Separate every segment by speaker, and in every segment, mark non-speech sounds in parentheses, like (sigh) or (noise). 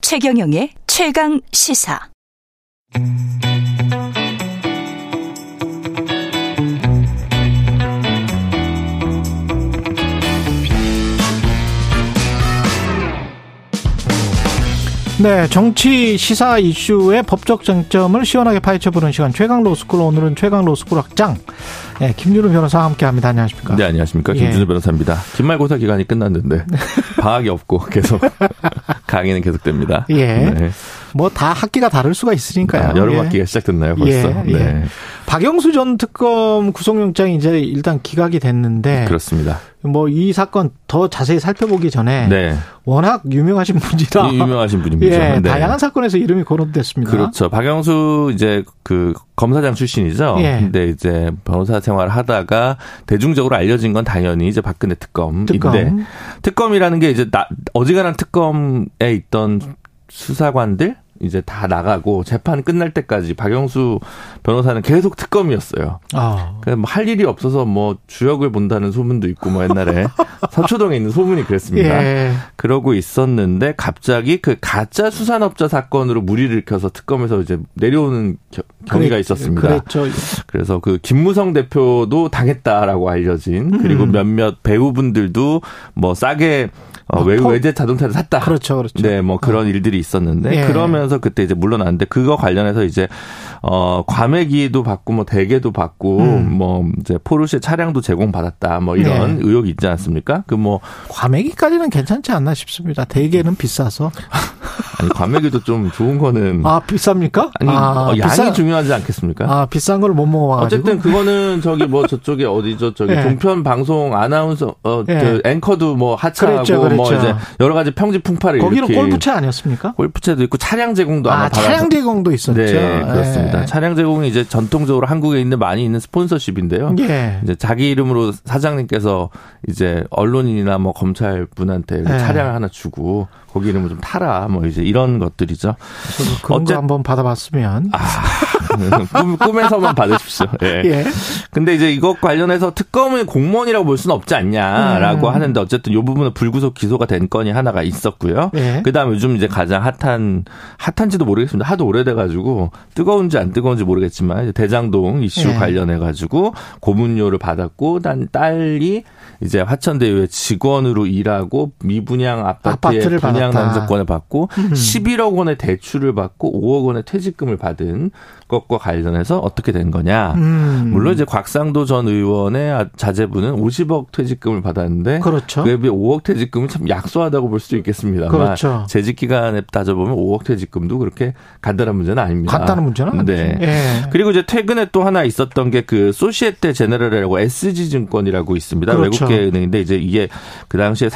Speaker 1: 최경영의 최강 시사.
Speaker 2: 네, 정치 시사 이슈의 법적 쟁점을 시원하게 파헤쳐보는 시간 최강 로스쿨 오늘은 최강 로스쿨 학장 네, 김준우 변호사와 함께합니다. 안녕하십니까?
Speaker 3: 네, 안녕하십니까. 김준우
Speaker 2: 예. 네.
Speaker 3: 변호사입니다. 기말고사 기간이 끝났는데 (laughs) 방학이 없고 계속 (laughs) 강의는 계속됩니다.
Speaker 2: 예. 뭐 다 학기가 다를 수가 있으니까요.
Speaker 3: 아, 여름
Speaker 2: 예.
Speaker 3: 학기가 시작됐나요, 벌써?
Speaker 2: 예, 예.
Speaker 3: 네.
Speaker 2: 박영수 전 특검 구속영장이 이제 일단 기각이 됐는데
Speaker 3: 그렇습니다.
Speaker 2: 뭐 이 사건 더 자세히 살펴보기 전에
Speaker 3: 네.
Speaker 2: 워낙 유명하신 분이라
Speaker 3: 이 유명하신
Speaker 2: (laughs)
Speaker 3: 분입니다.
Speaker 2: 예,
Speaker 3: 네.
Speaker 2: 다양한 사건에서 이름이 거론됐습니다.
Speaker 3: 그렇죠. 박영수 이제 그 검사장 출신이죠.
Speaker 2: 예.
Speaker 3: 근데 이제 변호사 생활 하다가 대중적으로 알려진 건 당연히 이제 박근혜 특검인데
Speaker 2: 특검.
Speaker 3: 특검이라는 게 이제 나, 어지간한 특검에 있던 수사관들 이제 다 나가고 재판 끝날 때까지 박영수 변호사는 계속 특검이었어요.
Speaker 2: 아,
Speaker 3: 그냥 뭐할 일이 없어서 뭐 주역을 본다는 소문도 있고
Speaker 2: (laughs)
Speaker 3: 뭐 옛날에 서초동에 있는 소문이 그랬습니다.
Speaker 2: 예.
Speaker 3: 그러고 있었는데 갑자기 그 가짜 수산업자 사건으로 무리를 켜서 특검에서 이제 내려오는 겨- 경위가
Speaker 2: 그랬-
Speaker 3: 있었습니다.
Speaker 2: 그랬죠.
Speaker 3: 그래서그 김무성 대표도 당했다라고
Speaker 2: 음.
Speaker 3: 알려진 그리고 몇몇 배우분들도 뭐 싸게 어, 외,
Speaker 2: 포-
Speaker 3: 외제 자동차를 샀다.
Speaker 2: 뭐 그렇죠, 그렇죠.
Speaker 3: 네, 뭐 그런 일들이 있었는데
Speaker 2: 예.
Speaker 3: 그러면서 그때 이제 물러났는데 그거 관련해서 이제 어 과메기도 받고 뭐 대게도 받고
Speaker 2: 음.
Speaker 3: 뭐 이제 포르쉐 차량도 제공받았다 뭐
Speaker 2: 네.
Speaker 3: 이런 의혹이 있지 않습니까? 그 뭐
Speaker 2: 과메기까지는 괜찮지 않나 싶습니다. 대게는 비싸서.
Speaker 3: 아니 과메기도 좀 좋은 거는
Speaker 2: 아, 비쌉니까?
Speaker 3: 아니
Speaker 2: 아,
Speaker 3: 어, 양이
Speaker 2: 비싸-
Speaker 3: 중요하지 않겠습니까?
Speaker 2: 아, 비싼 걸 못 먹어가지고.
Speaker 3: 어쨌든 그거는 저기 뭐 저쪽에 어디죠
Speaker 2: (laughs)
Speaker 3: 저기
Speaker 2: 예.
Speaker 3: 종편 방송 아나운서 어,
Speaker 2: 예.
Speaker 3: 그 앵커도 뭐 하차하고
Speaker 2: 그랬죠,
Speaker 3: 뭐
Speaker 2: 그랬죠.
Speaker 3: 이제 여러 가지 평지 풍파를
Speaker 2: 거기는
Speaker 3: 일으킨
Speaker 2: 골프채 아니었습니까?
Speaker 3: 골프채도 있고 차량 제공도 아마
Speaker 2: 아,
Speaker 3: 받아서
Speaker 2: 차량 제공도 있었죠.
Speaker 3: 네 그렇습니다.
Speaker 2: 예.
Speaker 3: 차량 제공이 이제 전통적으로 한국에 있는 많이 있는 스폰서십인데요.
Speaker 2: 예.
Speaker 3: 이제 자기 이름으로 사장님께서 이제 언론인이나 뭐 검찰 분한테
Speaker 2: 예.
Speaker 3: 차량 하나 주고 거기 이름을 좀 타라 뭐 이제 이런 것들이죠.
Speaker 2: 저도 그런
Speaker 3: 어쨌-
Speaker 2: 거 한번 받아봤으면.
Speaker 3: (laughs) 꿈, 꿈에서만 받으십시오. 예.
Speaker 2: 예.
Speaker 3: 근데 이제 이것 관련해서 특검을 공무원이라고 볼 수는 없지
Speaker 2: 음.
Speaker 3: 않냐라고 하는데 어쨌든 이 부분은 불구속 기소가 된 건이 하나가 있었고요. (laughs)
Speaker 2: 예.
Speaker 3: 그다음 요즘 이제 가장 핫한 핫한지도 모르겠습니다. 하도 오래돼가지고 뜨거운지 안 뜨거운지 모르겠지만 이제 대장동 이슈
Speaker 2: 예.
Speaker 3: 관련해가지고 고문료를 받았고 난 딸이 이제 화천대유의 직원으로 일하고 미분양 아파트의
Speaker 2: 아파트를
Speaker 3: 분양
Speaker 2: 받았다.
Speaker 3: 남자권을 받고
Speaker 2: 음.
Speaker 3: 11억 원의 대출을 받고 5억 원의 퇴직금을 받은 것과 관련해서 어떻게 된 거냐.
Speaker 2: 음.
Speaker 3: 물론 이제 곽상도 전 의원의 아- 자제분은 50억 퇴직금을 받았는데
Speaker 2: 그렇죠.
Speaker 3: 그에 비해 5억 퇴직금은 참 약소하다고 볼 수도 있겠습니다만
Speaker 2: 그렇죠.
Speaker 3: 재직 기간에 따져보면 5억 퇴직금도 그렇게 간단한 문제는 아닙니다.
Speaker 2: 간단한 문제는 아니죠.
Speaker 3: 네.
Speaker 2: 예.
Speaker 3: 그리고 이제 최근에 또 하나 있었던 게 그 소시에테 제네럴이라고 SG 증권이라고 있습니다.
Speaker 2: 그렇죠.
Speaker 3: 외국계 은행인데 이제 이게 그 당시에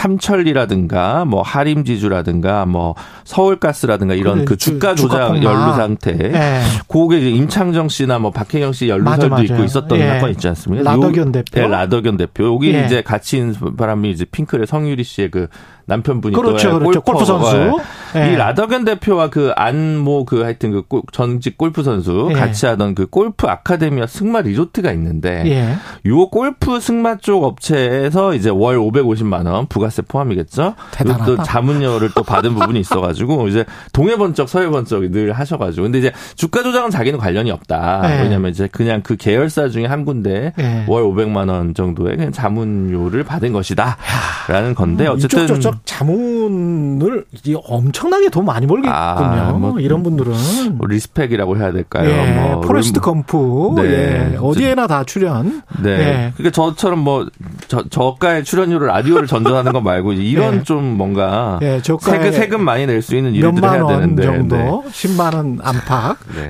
Speaker 3: 삼철리라든가 뭐 하림지주라든가 뭐 서울가스라든가 이런
Speaker 2: 그래,
Speaker 3: 그
Speaker 2: 주-
Speaker 3: 주가
Speaker 2: 주가
Speaker 3: 조작
Speaker 2: 폭락.
Speaker 3: 연루 상태
Speaker 2: 예.
Speaker 3: 그게 이제 임창정 씨나 뭐 박혜경 씨
Speaker 2: 맞아,
Speaker 3: 연루설도
Speaker 2: 맞아요.
Speaker 3: 있고 있었던
Speaker 2: 예.
Speaker 3: 사건 있지 않습니까?
Speaker 2: 라더견
Speaker 3: 요-
Speaker 2: 대표?
Speaker 3: 네, 라더견 대표. 여기
Speaker 2: 예.
Speaker 3: 이제 같이 있는 사람이 이제 핑클의 성유리 씨의 그 남편분이
Speaker 2: 그렇죠,
Speaker 3: 또 예,
Speaker 2: 그렇죠. 골프 선수. 예.
Speaker 3: 이 라더견 대표와 그 안모 그 하여튼 그 골- 전직 골프 선수
Speaker 2: 예.
Speaker 3: 같이 하던 그 골프 아카데미와 승마 리조트가 있는데
Speaker 2: 예.
Speaker 3: 요 골프 승마 쪽 업체에서 이제 월 550만 원 부가세 포함이겠죠.
Speaker 2: 대단하다.
Speaker 3: 그리고 또 자문료를 또 받은 부분이 있어가지고 이제 동해 번쩍 서해 번쩍 늘 하셔가지고 근데 이제 주가 조작은 자기는 관련이 없다.
Speaker 2: 네.
Speaker 3: 왜냐면 이제 그냥 그 계열사 중에 한 군데
Speaker 2: 네.
Speaker 3: 월 500만 원 정도의 그냥 자문료를 받은 것이다라는 건데 네, 어쨌든
Speaker 2: 음, 이쪽 저쪽 자문을 이제 엄청나게 돈 많이 벌겠군요.
Speaker 3: 아, 뭐
Speaker 2: 이런 분들은.
Speaker 3: 뭐 리스펙이라고 해야 될까요?
Speaker 2: 예,
Speaker 3: 뭐
Speaker 2: 포레스트
Speaker 3: 룸-
Speaker 2: 검프
Speaker 3: 네.
Speaker 2: 예, 어디에나 다 출연.
Speaker 3: 네.
Speaker 2: 예.
Speaker 3: 그러니까 저처럼 뭐 저, 저가의 출연료를 라디오를 전전하는 건 말고 이제 이런
Speaker 2: 예.
Speaker 3: 좀 뭔가
Speaker 2: 예, 저가의
Speaker 3: 아, 세금 세금 많이 낼 수 있는 일들을
Speaker 2: 몇만
Speaker 3: 해야
Speaker 2: 원
Speaker 3: 되는데
Speaker 2: 정도,
Speaker 3: 네.
Speaker 2: 10만 원 안팎.
Speaker 3: 네.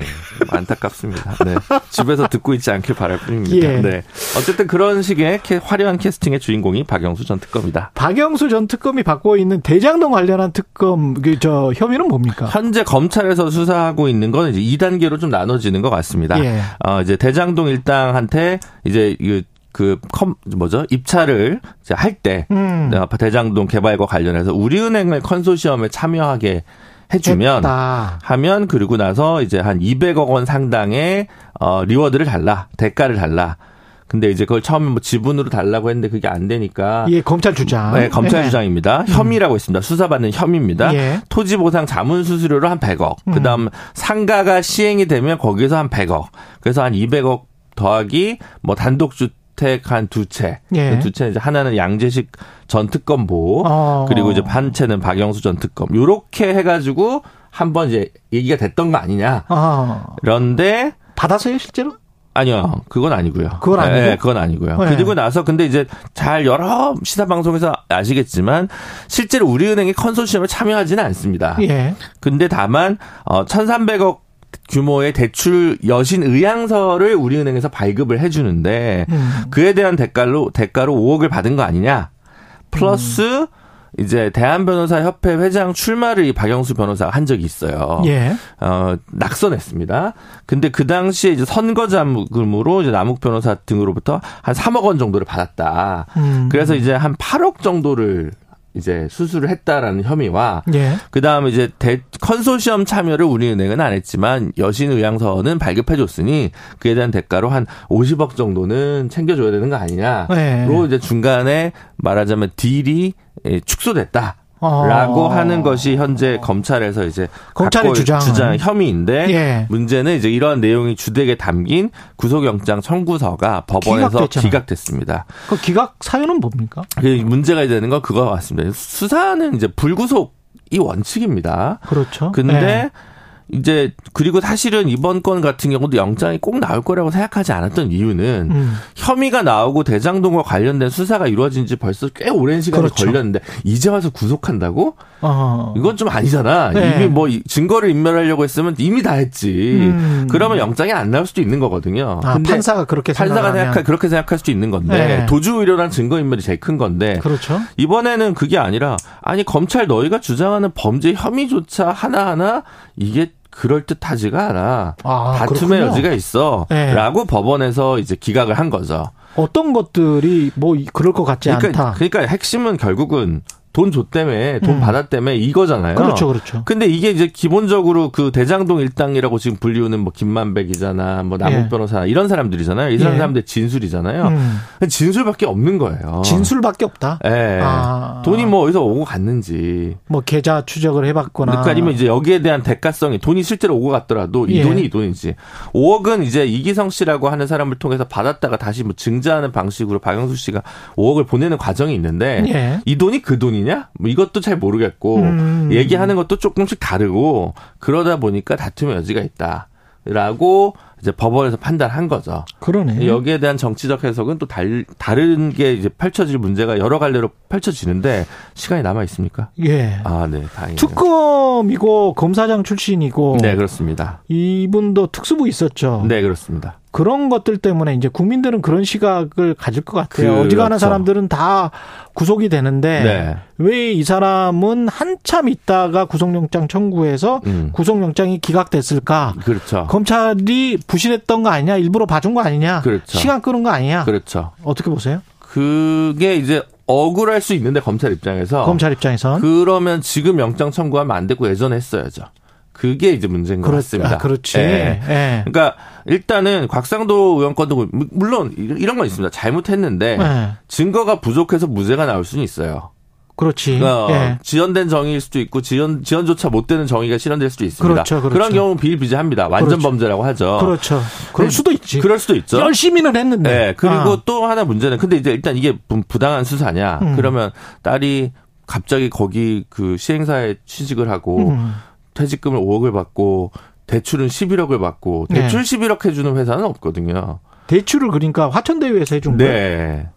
Speaker 3: 안타깝습니다. 네. 집에서 듣고 있지 않길 바랄 뿐입니다.
Speaker 2: 예.
Speaker 3: 네. 어쨌든 그런 식의 캐- 화려한 캐스팅의 주인공이 박영수 전 특검이다.
Speaker 2: 박영수 전 특검이 받고 있는 대장동 관련한 특검 그 저 혐의는 뭡니까?
Speaker 3: 현재 검찰에서 수사하고 있는 건 이제 2단계로 좀 나눠지는 것 같습니다.
Speaker 2: 예.
Speaker 3: 어, 이제 대장동 일당한테 이제 그, 그 컴, 뭐죠? 입찰을 이제 할 때,
Speaker 2: 음.
Speaker 3: 어, 대장동 개발과 관련해서 우리은행을 컨소시엄에 참여하게 해주면
Speaker 2: 네, 했다.
Speaker 3: 하면 그리고 나서 이제 한 200억 원 상당의 어 리워드를 달라 대가를 달라. 근데 이제 그걸 처음에 뭐 지분으로 달라고 했는데 그게 안 되니까
Speaker 2: 예, 검찰 주장.
Speaker 3: 네, 검찰 주장입니다. 혐의라고 있습니다. 수사받는 혐의입니다.
Speaker 2: 예.
Speaker 3: 토지 보상 자문 수수료로 한 100억. 그다음 상가가 시행이 되면 거기서 한 100억. 그래서 한 200억 더하기 뭐 단독 주택 한 두 채. 그
Speaker 2: 예.
Speaker 3: 두 채는 이제 하나는 양재식 전 특검 보호.
Speaker 2: 어.
Speaker 3: 그리고 이제 반 채는 박영수 전 특검. 요렇게 해 가지고 한번 이제 얘기가 됐던 거 아니냐.
Speaker 2: 아,
Speaker 3: 그런데
Speaker 2: 받았어요, 실제로?
Speaker 3: 아니요, 그건 아니고요.
Speaker 2: 그건 아니고?
Speaker 3: 예, 그건 아니고요.
Speaker 2: 네.
Speaker 3: 그리고 나서 근데 이제 잘 여러 시사 방송에서 아시겠지만 실제로 우리은행이 컨소시엄에 참여하지는 않습니다.
Speaker 2: 예.
Speaker 3: 근데 다만 어 1,300억 규모의 대출 여신 의향서를 우리은행에서 발급을 해주는데
Speaker 2: 음.
Speaker 3: 그에 대한 대가로 대가로 5억을 받은 거 아니냐? 플러스
Speaker 2: 음.
Speaker 3: 이제 대한변호사협회 회장 출마를 이 박영수 변호사가 한 적이 있어요.
Speaker 2: 예.
Speaker 3: 어, 낙선했습니다. 근데 그 당시에 이제 선거 자금으로 이제 남욱 변호사 등으로부터 한 3억 원 정도를 받았다.
Speaker 2: 음.
Speaker 3: 그래서 이제 한 8억 정도를 이제 수수를 했다라는 혐의와
Speaker 2: 예.
Speaker 3: 그 다음에 이제 대, 컨소시엄 참여를 우리은행은 안 했지만 여신 의향서는 발급해줬으니 그에 대한 대가로 한 50억 정도는 챙겨줘야 되는 거 아니냐로
Speaker 2: 네.
Speaker 3: 이제 중간에 말하자면 딜이 예, 축소됐다.
Speaker 2: 어.
Speaker 3: 라고 하는 것이 현재 검찰에서 이제
Speaker 2: 검찰의
Speaker 3: 갖고
Speaker 2: 주장은.
Speaker 3: 주장 혐의인데
Speaker 2: 예.
Speaker 3: 문제는 이제 이러한 내용이 주택에 담긴 구속영장 청구서가 법원에서
Speaker 2: 기각됐잖아요.
Speaker 3: 기각됐습니다.
Speaker 2: 그 기각 사유는 뭡니까?
Speaker 3: 그 문제가 되는 건 그거 같습니다. 수사는 이제 불구속이 원칙입니다.
Speaker 2: 그렇죠.
Speaker 3: 근데 이제 그리고 사실은 이번 건 같은 경우도 영장이 꼭 나올 거라고 생각하지 않았던 이유는
Speaker 2: 예. 음.
Speaker 3: 혐의가 나오고 대장동과 관련된 수사가 이루어진 지 벌써 꽤 오랜 시간이
Speaker 2: 그렇죠.
Speaker 3: 걸렸는데 이제 와서 구속한다고?
Speaker 2: 어.
Speaker 3: 이건 좀 아니잖아.
Speaker 2: 네.
Speaker 3: 이미 뭐 이- 증거를 인멸하려고 했으면 이미 다 했지.
Speaker 2: 음.
Speaker 3: 그러면 영장이 안 나올 수도 있는 거거든요.
Speaker 2: 아, 판사가 그렇게
Speaker 3: 판사가
Speaker 2: 생각하면.
Speaker 3: 생각할 그렇게 생각할 수도 있는 건데
Speaker 2: 네.
Speaker 3: 도주 의료란 증거 인멸이 제일 큰 건데
Speaker 2: 그렇죠.
Speaker 3: 이번에는 그게 아니라 아니 검찰 너희가 주장하는 범죄 혐의조차 하나하나 이게 그럴 듯하지가 않아.
Speaker 2: 아, 그렇군요.
Speaker 3: 다툼의 여지가
Speaker 2: 네.
Speaker 3: 있어라고 법원에서 이제 기각을 한 거죠.
Speaker 2: 어떤 것들이 뭐 이- 그럴 것 같지
Speaker 3: 그러니까
Speaker 2: 않다.
Speaker 3: 그러니까 핵심은 결국은 돈 줬다며 돈
Speaker 2: 음.
Speaker 3: 받았다며 이거잖아요.
Speaker 2: 그렇죠, 그렇죠.
Speaker 3: 근데 이게 이제 기본적으로 그 대장동 일당이라고 지금 불리우는 뭐 김만배 기자나 뭐 남욱
Speaker 2: 예.
Speaker 3: 변호사 이런 사람들이잖아요. 이
Speaker 2: 예.
Speaker 3: 사람들 의 진술이잖아요.
Speaker 2: 음.
Speaker 3: 진술밖에 없는 거예요.
Speaker 2: 진술밖에 없다.
Speaker 3: 예.
Speaker 2: 아.
Speaker 3: 돈이 뭐 어디서 오고 갔는지.
Speaker 2: 뭐 계좌 추적을 해봤거나.
Speaker 3: 그러니까 아니면 이제 여기에 대한 대가성이 돈이 실제로 오고 갔더라도 이
Speaker 2: 예.
Speaker 3: 돈이 이 돈인지. 5억은 이제 이기성 씨라고 하는 사람을 통해서 받았다가 다시 뭐 증자하는 방식으로 박영수 씨가 5억을 보내는 과정이 있는데
Speaker 2: 예.
Speaker 3: 이 돈이 그 돈이냐? 뭐 이것도 잘 모르겠고
Speaker 2: 음.
Speaker 3: 얘기하는 것도 조금씩 다르고 그러다 보니까 다툼의 여지가 있다. 라고 이제 법원에서 판단한 거죠.
Speaker 2: 그러네.
Speaker 3: 예, 여기에 대한 정치적 해석은 또 달, 다른 게 이제 펼쳐질 문제가 여러 갈래로 펼쳐지는데 시간이 남아 있습니까?
Speaker 2: 예.
Speaker 3: 아, 네, 다행이네요.
Speaker 2: 특검이고 검사장 출신이고
Speaker 3: 네, 그렇습니다.
Speaker 2: 이분도 특수부 있었죠.
Speaker 3: 네, 그렇습니다.
Speaker 2: 그런 것들 때문에 이제 국민들은 그런 시각을 가질 것 같아요.
Speaker 3: 그렇죠.
Speaker 2: 어지간한 사람들은 다 구속이 되는데
Speaker 3: 네.
Speaker 2: 왜 이 사람은 한참 있다가 구속영장 청구해서
Speaker 3: 음.
Speaker 2: 구속영장이 기각됐을까?
Speaker 3: 그렇죠.
Speaker 2: 검찰이 부실했던 거 아니냐? 일부러 봐준 거 아니냐?
Speaker 3: 그렇죠.
Speaker 2: 시간 끄는 거 아니냐?
Speaker 3: 그렇죠.
Speaker 2: 어떻게 보세요?
Speaker 3: 그게 이제 억울할 수 있는데 검찰 입장에서
Speaker 2: 검찰 입장에선
Speaker 3: 어. 그러면 지금 영장 청구하면 안 되고 예전에 했어야죠. 그게 이제 문제인 것
Speaker 2: 그렇-
Speaker 3: 같습니다.
Speaker 2: 아, 그렇지.
Speaker 3: 예.
Speaker 2: 예.
Speaker 3: 그러니까 일단은 곽상도 의원 건도 그- 물론 이- 이런 건 있습니다. 잘못했는데
Speaker 2: 예.
Speaker 3: 증거가 부족해서 무죄가 나올 수는 있어요.
Speaker 2: 그렇지.
Speaker 3: 어,
Speaker 2: 예.
Speaker 3: 지연된 정의일 수도 있고 지연 지연조차 못되는 정의가 실현될 수도 있습니다.
Speaker 2: 그렇죠, 그렇죠.
Speaker 3: 런 경우는 비일비재합니다. 완전
Speaker 2: 그렇죠.
Speaker 3: 범죄라고 하죠.
Speaker 2: 그렇죠. 그럴
Speaker 3: 어. 네,
Speaker 2: 수도 있지.
Speaker 3: 그럴 수도 있죠.
Speaker 2: 열심히는 했는데.
Speaker 3: 네. 그리고
Speaker 2: 아,
Speaker 3: 또 하나 문제는 근데 이제 일단 이게 부- 부당한 수사냐?
Speaker 2: 음.
Speaker 3: 그러면 딸이 갑자기 거기 그 시행사에 취직을 하고
Speaker 2: 음.
Speaker 3: 퇴직금을 5억을 받고 대출은 11억을 받고
Speaker 2: 네.
Speaker 3: 대출 11억 해주는 회사는 없거든요.
Speaker 2: 대출을 그러니까 화천대유에서 해준 거예요.
Speaker 3: 네.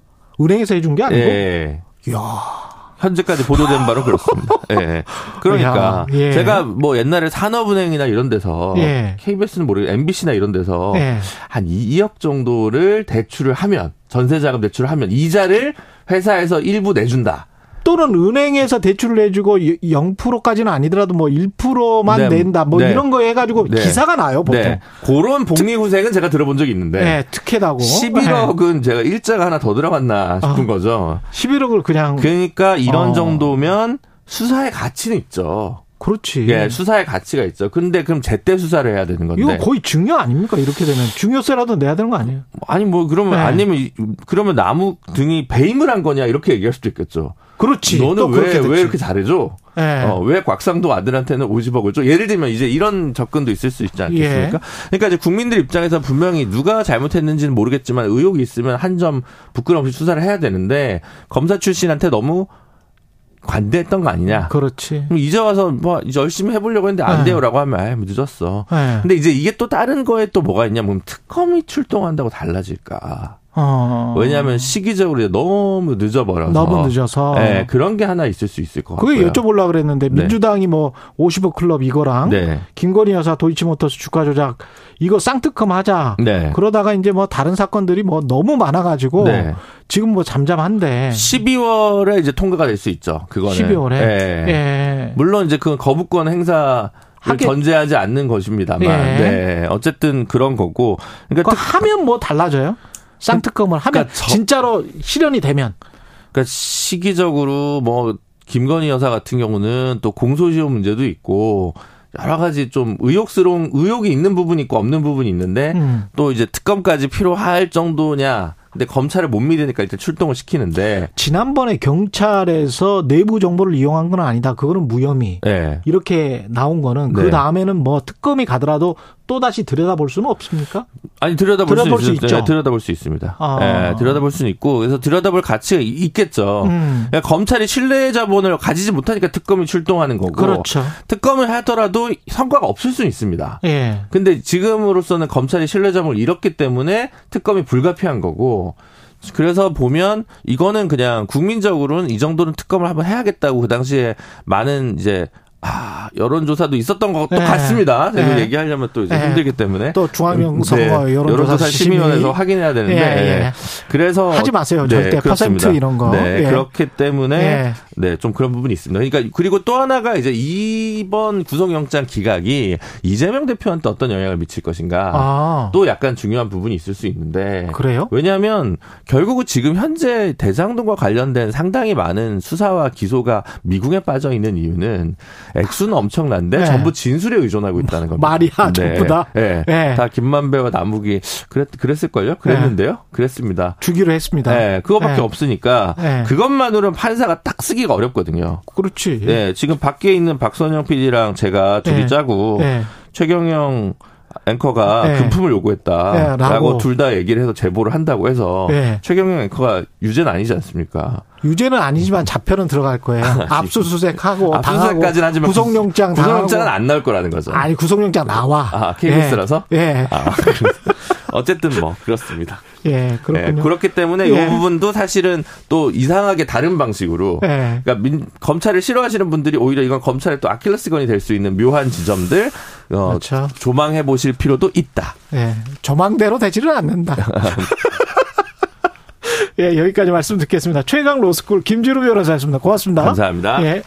Speaker 2: 은행에서 해준 게 뭐? 아니고.
Speaker 3: 예.
Speaker 2: 이야.
Speaker 3: 현재까지 보도된 바로
Speaker 2: (laughs)
Speaker 3: 그렇습니다. 예. 그러니까
Speaker 2: 야, 예.
Speaker 3: 제가 뭐 옛날에 산업은행이나 이런 데서
Speaker 2: 예.
Speaker 3: KBS는 모르고 MBC나 이런 데서
Speaker 2: 예.
Speaker 3: 한 2억 정도를 대출을 하면 전세자금 대출을 하면 이자를 회사에서 일부 내준다.
Speaker 2: 또는 은행에서 대출을 해주고 0%까지는 아니더라도 뭐 1%만
Speaker 3: 네,
Speaker 2: 낸다. 뭐
Speaker 3: 네.
Speaker 2: 이런 거 해가지고
Speaker 3: 네.
Speaker 2: 기사가 나요 보통.
Speaker 3: 네. 그런 복리후생은 제가 들어본 적이 있는데
Speaker 2: 예, 특혜라고.
Speaker 3: 11억은 제가 일자가 하나 더 들어갔나 싶은
Speaker 2: 아.
Speaker 3: 거죠.
Speaker 2: 예, 11억을 그냥
Speaker 3: 그러니까 이런
Speaker 2: 어.
Speaker 3: 정도면 수사의 가치는 있죠.
Speaker 2: 그렇지.
Speaker 3: 예, 수사의 가치가 있죠. 근데 그럼 제때 수사를 해야 되는 건데.
Speaker 2: 이거 거의 증여 아닙니까? 이렇게 되면 중요세라도 내야 되는 거 아니에요?
Speaker 3: 아니 뭐 그러면
Speaker 2: 네.
Speaker 3: 아니면 이- 그러면 나무 등이 배임을 한 거냐 이렇게 얘기할 수도 있겠죠.
Speaker 2: 그렇지. 또
Speaker 3: 너는 왜
Speaker 2: 그렇게
Speaker 3: 왜
Speaker 2: 됐지.
Speaker 3: 이렇게 잘해줘?
Speaker 2: 예.
Speaker 3: 어, 왜 곽상도 아들한테는 50억을 줘? 예를 들면 이제 이런 접근도 있을 수 있지 않겠습니까?
Speaker 2: 예.
Speaker 3: 그러니까 이제 국민들 입장에서 분명히 누가 잘못했는지는 모르겠지만 의혹이 있으면 한 점 부끄럼 없이 수사를 해야 되는데 검사 출신한테 너무 관대했던 거 아니냐?
Speaker 2: 그렇지.
Speaker 3: 그럼 이제 와서 뭐 이제 열심히 해보려고 했는데 안
Speaker 2: 네.
Speaker 3: 돼요라고 하면 아이 뭐 늦었어.
Speaker 2: 예.
Speaker 3: 근데 이제 이게 또 다른 거에 또 뭐가 있냐? 면 특검이 출동한다고 달라질까?
Speaker 2: 어.
Speaker 3: 왜냐하면 시기적으로 이제 너무 늦어버려서
Speaker 2: 너무 늦어서.
Speaker 3: 네, 그런 게 하나 있을 수 있을 것 같고요.
Speaker 2: 그게 여쭤보려고 그랬는데
Speaker 3: 네.
Speaker 2: 민주당이 뭐 50억 클럽 이거랑
Speaker 3: 네,
Speaker 2: 김건희 여사 도이치모터스 주가 조작 이거 쌍특검 하자.
Speaker 3: 네.
Speaker 2: 그러다가 이제 뭐 다른 사건들이 뭐 너무 많아가지고
Speaker 3: 네.
Speaker 2: 지금 뭐 잠잠한데
Speaker 3: 12월에 이제 통과가 될 수 있죠. 그거는
Speaker 2: 12월에
Speaker 3: 예.
Speaker 2: 예.
Speaker 3: 물론 이제 그건 거부권 행사를
Speaker 2: 하게-
Speaker 3: 전제하지 않는 것입니다만,
Speaker 2: 예.
Speaker 3: 네, 어쨌든 그런 거고.
Speaker 2: 그거
Speaker 3: 그러니까, 특,
Speaker 2: 하면 뭐 달라져요? 쌍특검을 하면
Speaker 3: 그러니까 저-
Speaker 2: 진짜로 실현이 되면
Speaker 3: 그러니까 시기적으로 뭐 김건희 여사 같은 경우는 또 공소시효 문제도 있고 여러 가지 좀 의혹스러운 의혹이 있는 부분이 있고 없는 부분이 있는데
Speaker 2: 음.
Speaker 3: 또 이제 특검까지 필요할 정도냐. 근데 검찰을 못 믿으니까 일단 출동을 시키는데,
Speaker 2: 지난번에 경찰에서 내부 정보를 이용한 건 아니다. 그거는 무혐의.
Speaker 3: 예.
Speaker 2: 이렇게 나온 거는
Speaker 3: 네.
Speaker 2: 그 다음에는 뭐 특검이 가더라도 또 다시 들여다볼 수는 없습니까?
Speaker 3: 아니 들여다볼,
Speaker 2: 들여다볼
Speaker 3: 수,
Speaker 2: 수
Speaker 3: 있죠.
Speaker 2: 있죠.
Speaker 3: 예, 들여다볼 수 있습니다.
Speaker 2: 아.
Speaker 3: 예, 들여다볼 수는 있고 그래서 들여다볼 가치가 이- 있겠죠.
Speaker 2: 음.
Speaker 3: 그러니까 검찰이 신뢰 자본을 가지지 못하니까 특검이 출동하는 거고
Speaker 2: 그렇죠.
Speaker 3: 특검을 하더라도 성과가 없을 수는 있습니다.
Speaker 2: 예.
Speaker 3: 근데 지금으로서는 검찰이 신뢰 자본을 잃었기 때문에 특검이 불가피한 거고 그래서 보면 이거는 그냥 국민적으로는 이 정도는 특검을 한번 해야겠다고 그 당시에 많은 이제 아 여론조사도 있었던 것도
Speaker 2: 예.
Speaker 3: 같습니다. 제가
Speaker 2: 예.
Speaker 3: 얘기하려면 또 이제
Speaker 2: 예.
Speaker 3: 힘들기 때문에
Speaker 2: 또 중앙형 선거
Speaker 3: 네,
Speaker 2: 여론조사
Speaker 3: 심의위원회에서
Speaker 2: 심의위원회에서
Speaker 3: 확인해야 되는데
Speaker 2: 예, 예.
Speaker 3: 그래서 네,
Speaker 2: 하지 마세요. 절대
Speaker 3: 그렇습니다.
Speaker 2: 퍼센트 이런 거.
Speaker 3: 네,
Speaker 2: 예.
Speaker 3: 그렇기 때문에
Speaker 2: 예.
Speaker 3: 네, 좀 그런 부분이 있습니다. 그러니까 그리고 또 하나가 이제 이번 구속영장 기각이 이재명 대표한테 어떤 영향을 미칠 것인가
Speaker 2: 아,
Speaker 3: 또 약간 중요한 부분이 있을 수 있는데
Speaker 2: 그래요?
Speaker 3: 왜냐하면 결국은 지금 현재 대장동과 관련된 상당히 많은 수사와 기소가 미궁에 빠져 있는 이유는 액수는 엄청난데
Speaker 2: 네.
Speaker 3: 전부 진술에 의존하고 있다는 겁니다.
Speaker 2: 말이야, 전부 다?
Speaker 3: 예.
Speaker 2: 네.
Speaker 3: 다 김만배와 남욱이 그랬 그랬을걸요? 그랬는데요? 그랬습니다.
Speaker 2: 주기로 했습니다.
Speaker 3: 예, 그거밖에
Speaker 2: 네.
Speaker 3: 없으니까
Speaker 2: 네.
Speaker 3: 그것만으로는 판사가 딱 쓰기가 어렵거든요.
Speaker 2: 그렇지.
Speaker 3: 예, 지금 밖에 있는 박선영 PD랑 제가 둘이
Speaker 2: 네.
Speaker 3: 짜고
Speaker 2: 예.
Speaker 3: 최경영 앵커가
Speaker 2: 네.
Speaker 3: 금품을
Speaker 2: 네,
Speaker 3: 요구했다라고
Speaker 2: 라고.
Speaker 3: 둘 다 얘기를 해서 제보를 한다고 해서
Speaker 2: 네.
Speaker 3: 최경영 앵커가 유죄는 아니지 않습니까?
Speaker 2: 유죄는 아니지만 자편은 들어갈
Speaker 3: (laughs)
Speaker 2: 거예요. 압수수색하고 당하고
Speaker 3: 아, 압수수색까지는 하지만
Speaker 2: 구속영장 당하고
Speaker 3: 구속영장은 안 나올 거라는 거죠.
Speaker 2: 아니 구속영장 나와.
Speaker 3: 아, KBS라서?
Speaker 2: 예. 예.
Speaker 3: 아, 어쨌든 뭐 그렇습니다.
Speaker 2: 예, 그렇군요.
Speaker 3: 네, 그렇기 때문에 이
Speaker 2: 예.
Speaker 3: 부분도 사실은 또 이상하게 다른 방식으로
Speaker 2: 예.
Speaker 3: 그러니까 민- 검찰을 싫어하시는 분들이 오히려 이건 검찰의 또 아킬레스건이 될 수 있는 묘한 지점들 어,
Speaker 2: 그렇죠.
Speaker 3: 조망해 보실 필요도 있다.
Speaker 2: 예. 저망대로 되지는
Speaker 3: (laughs)
Speaker 2: 않는다. (laughs) 예, 여기까지 말씀 듣겠습니다. 최강 로스쿨 김지루 변호사였습니다. 고맙습니다.
Speaker 3: 감사합니다.
Speaker 2: 예.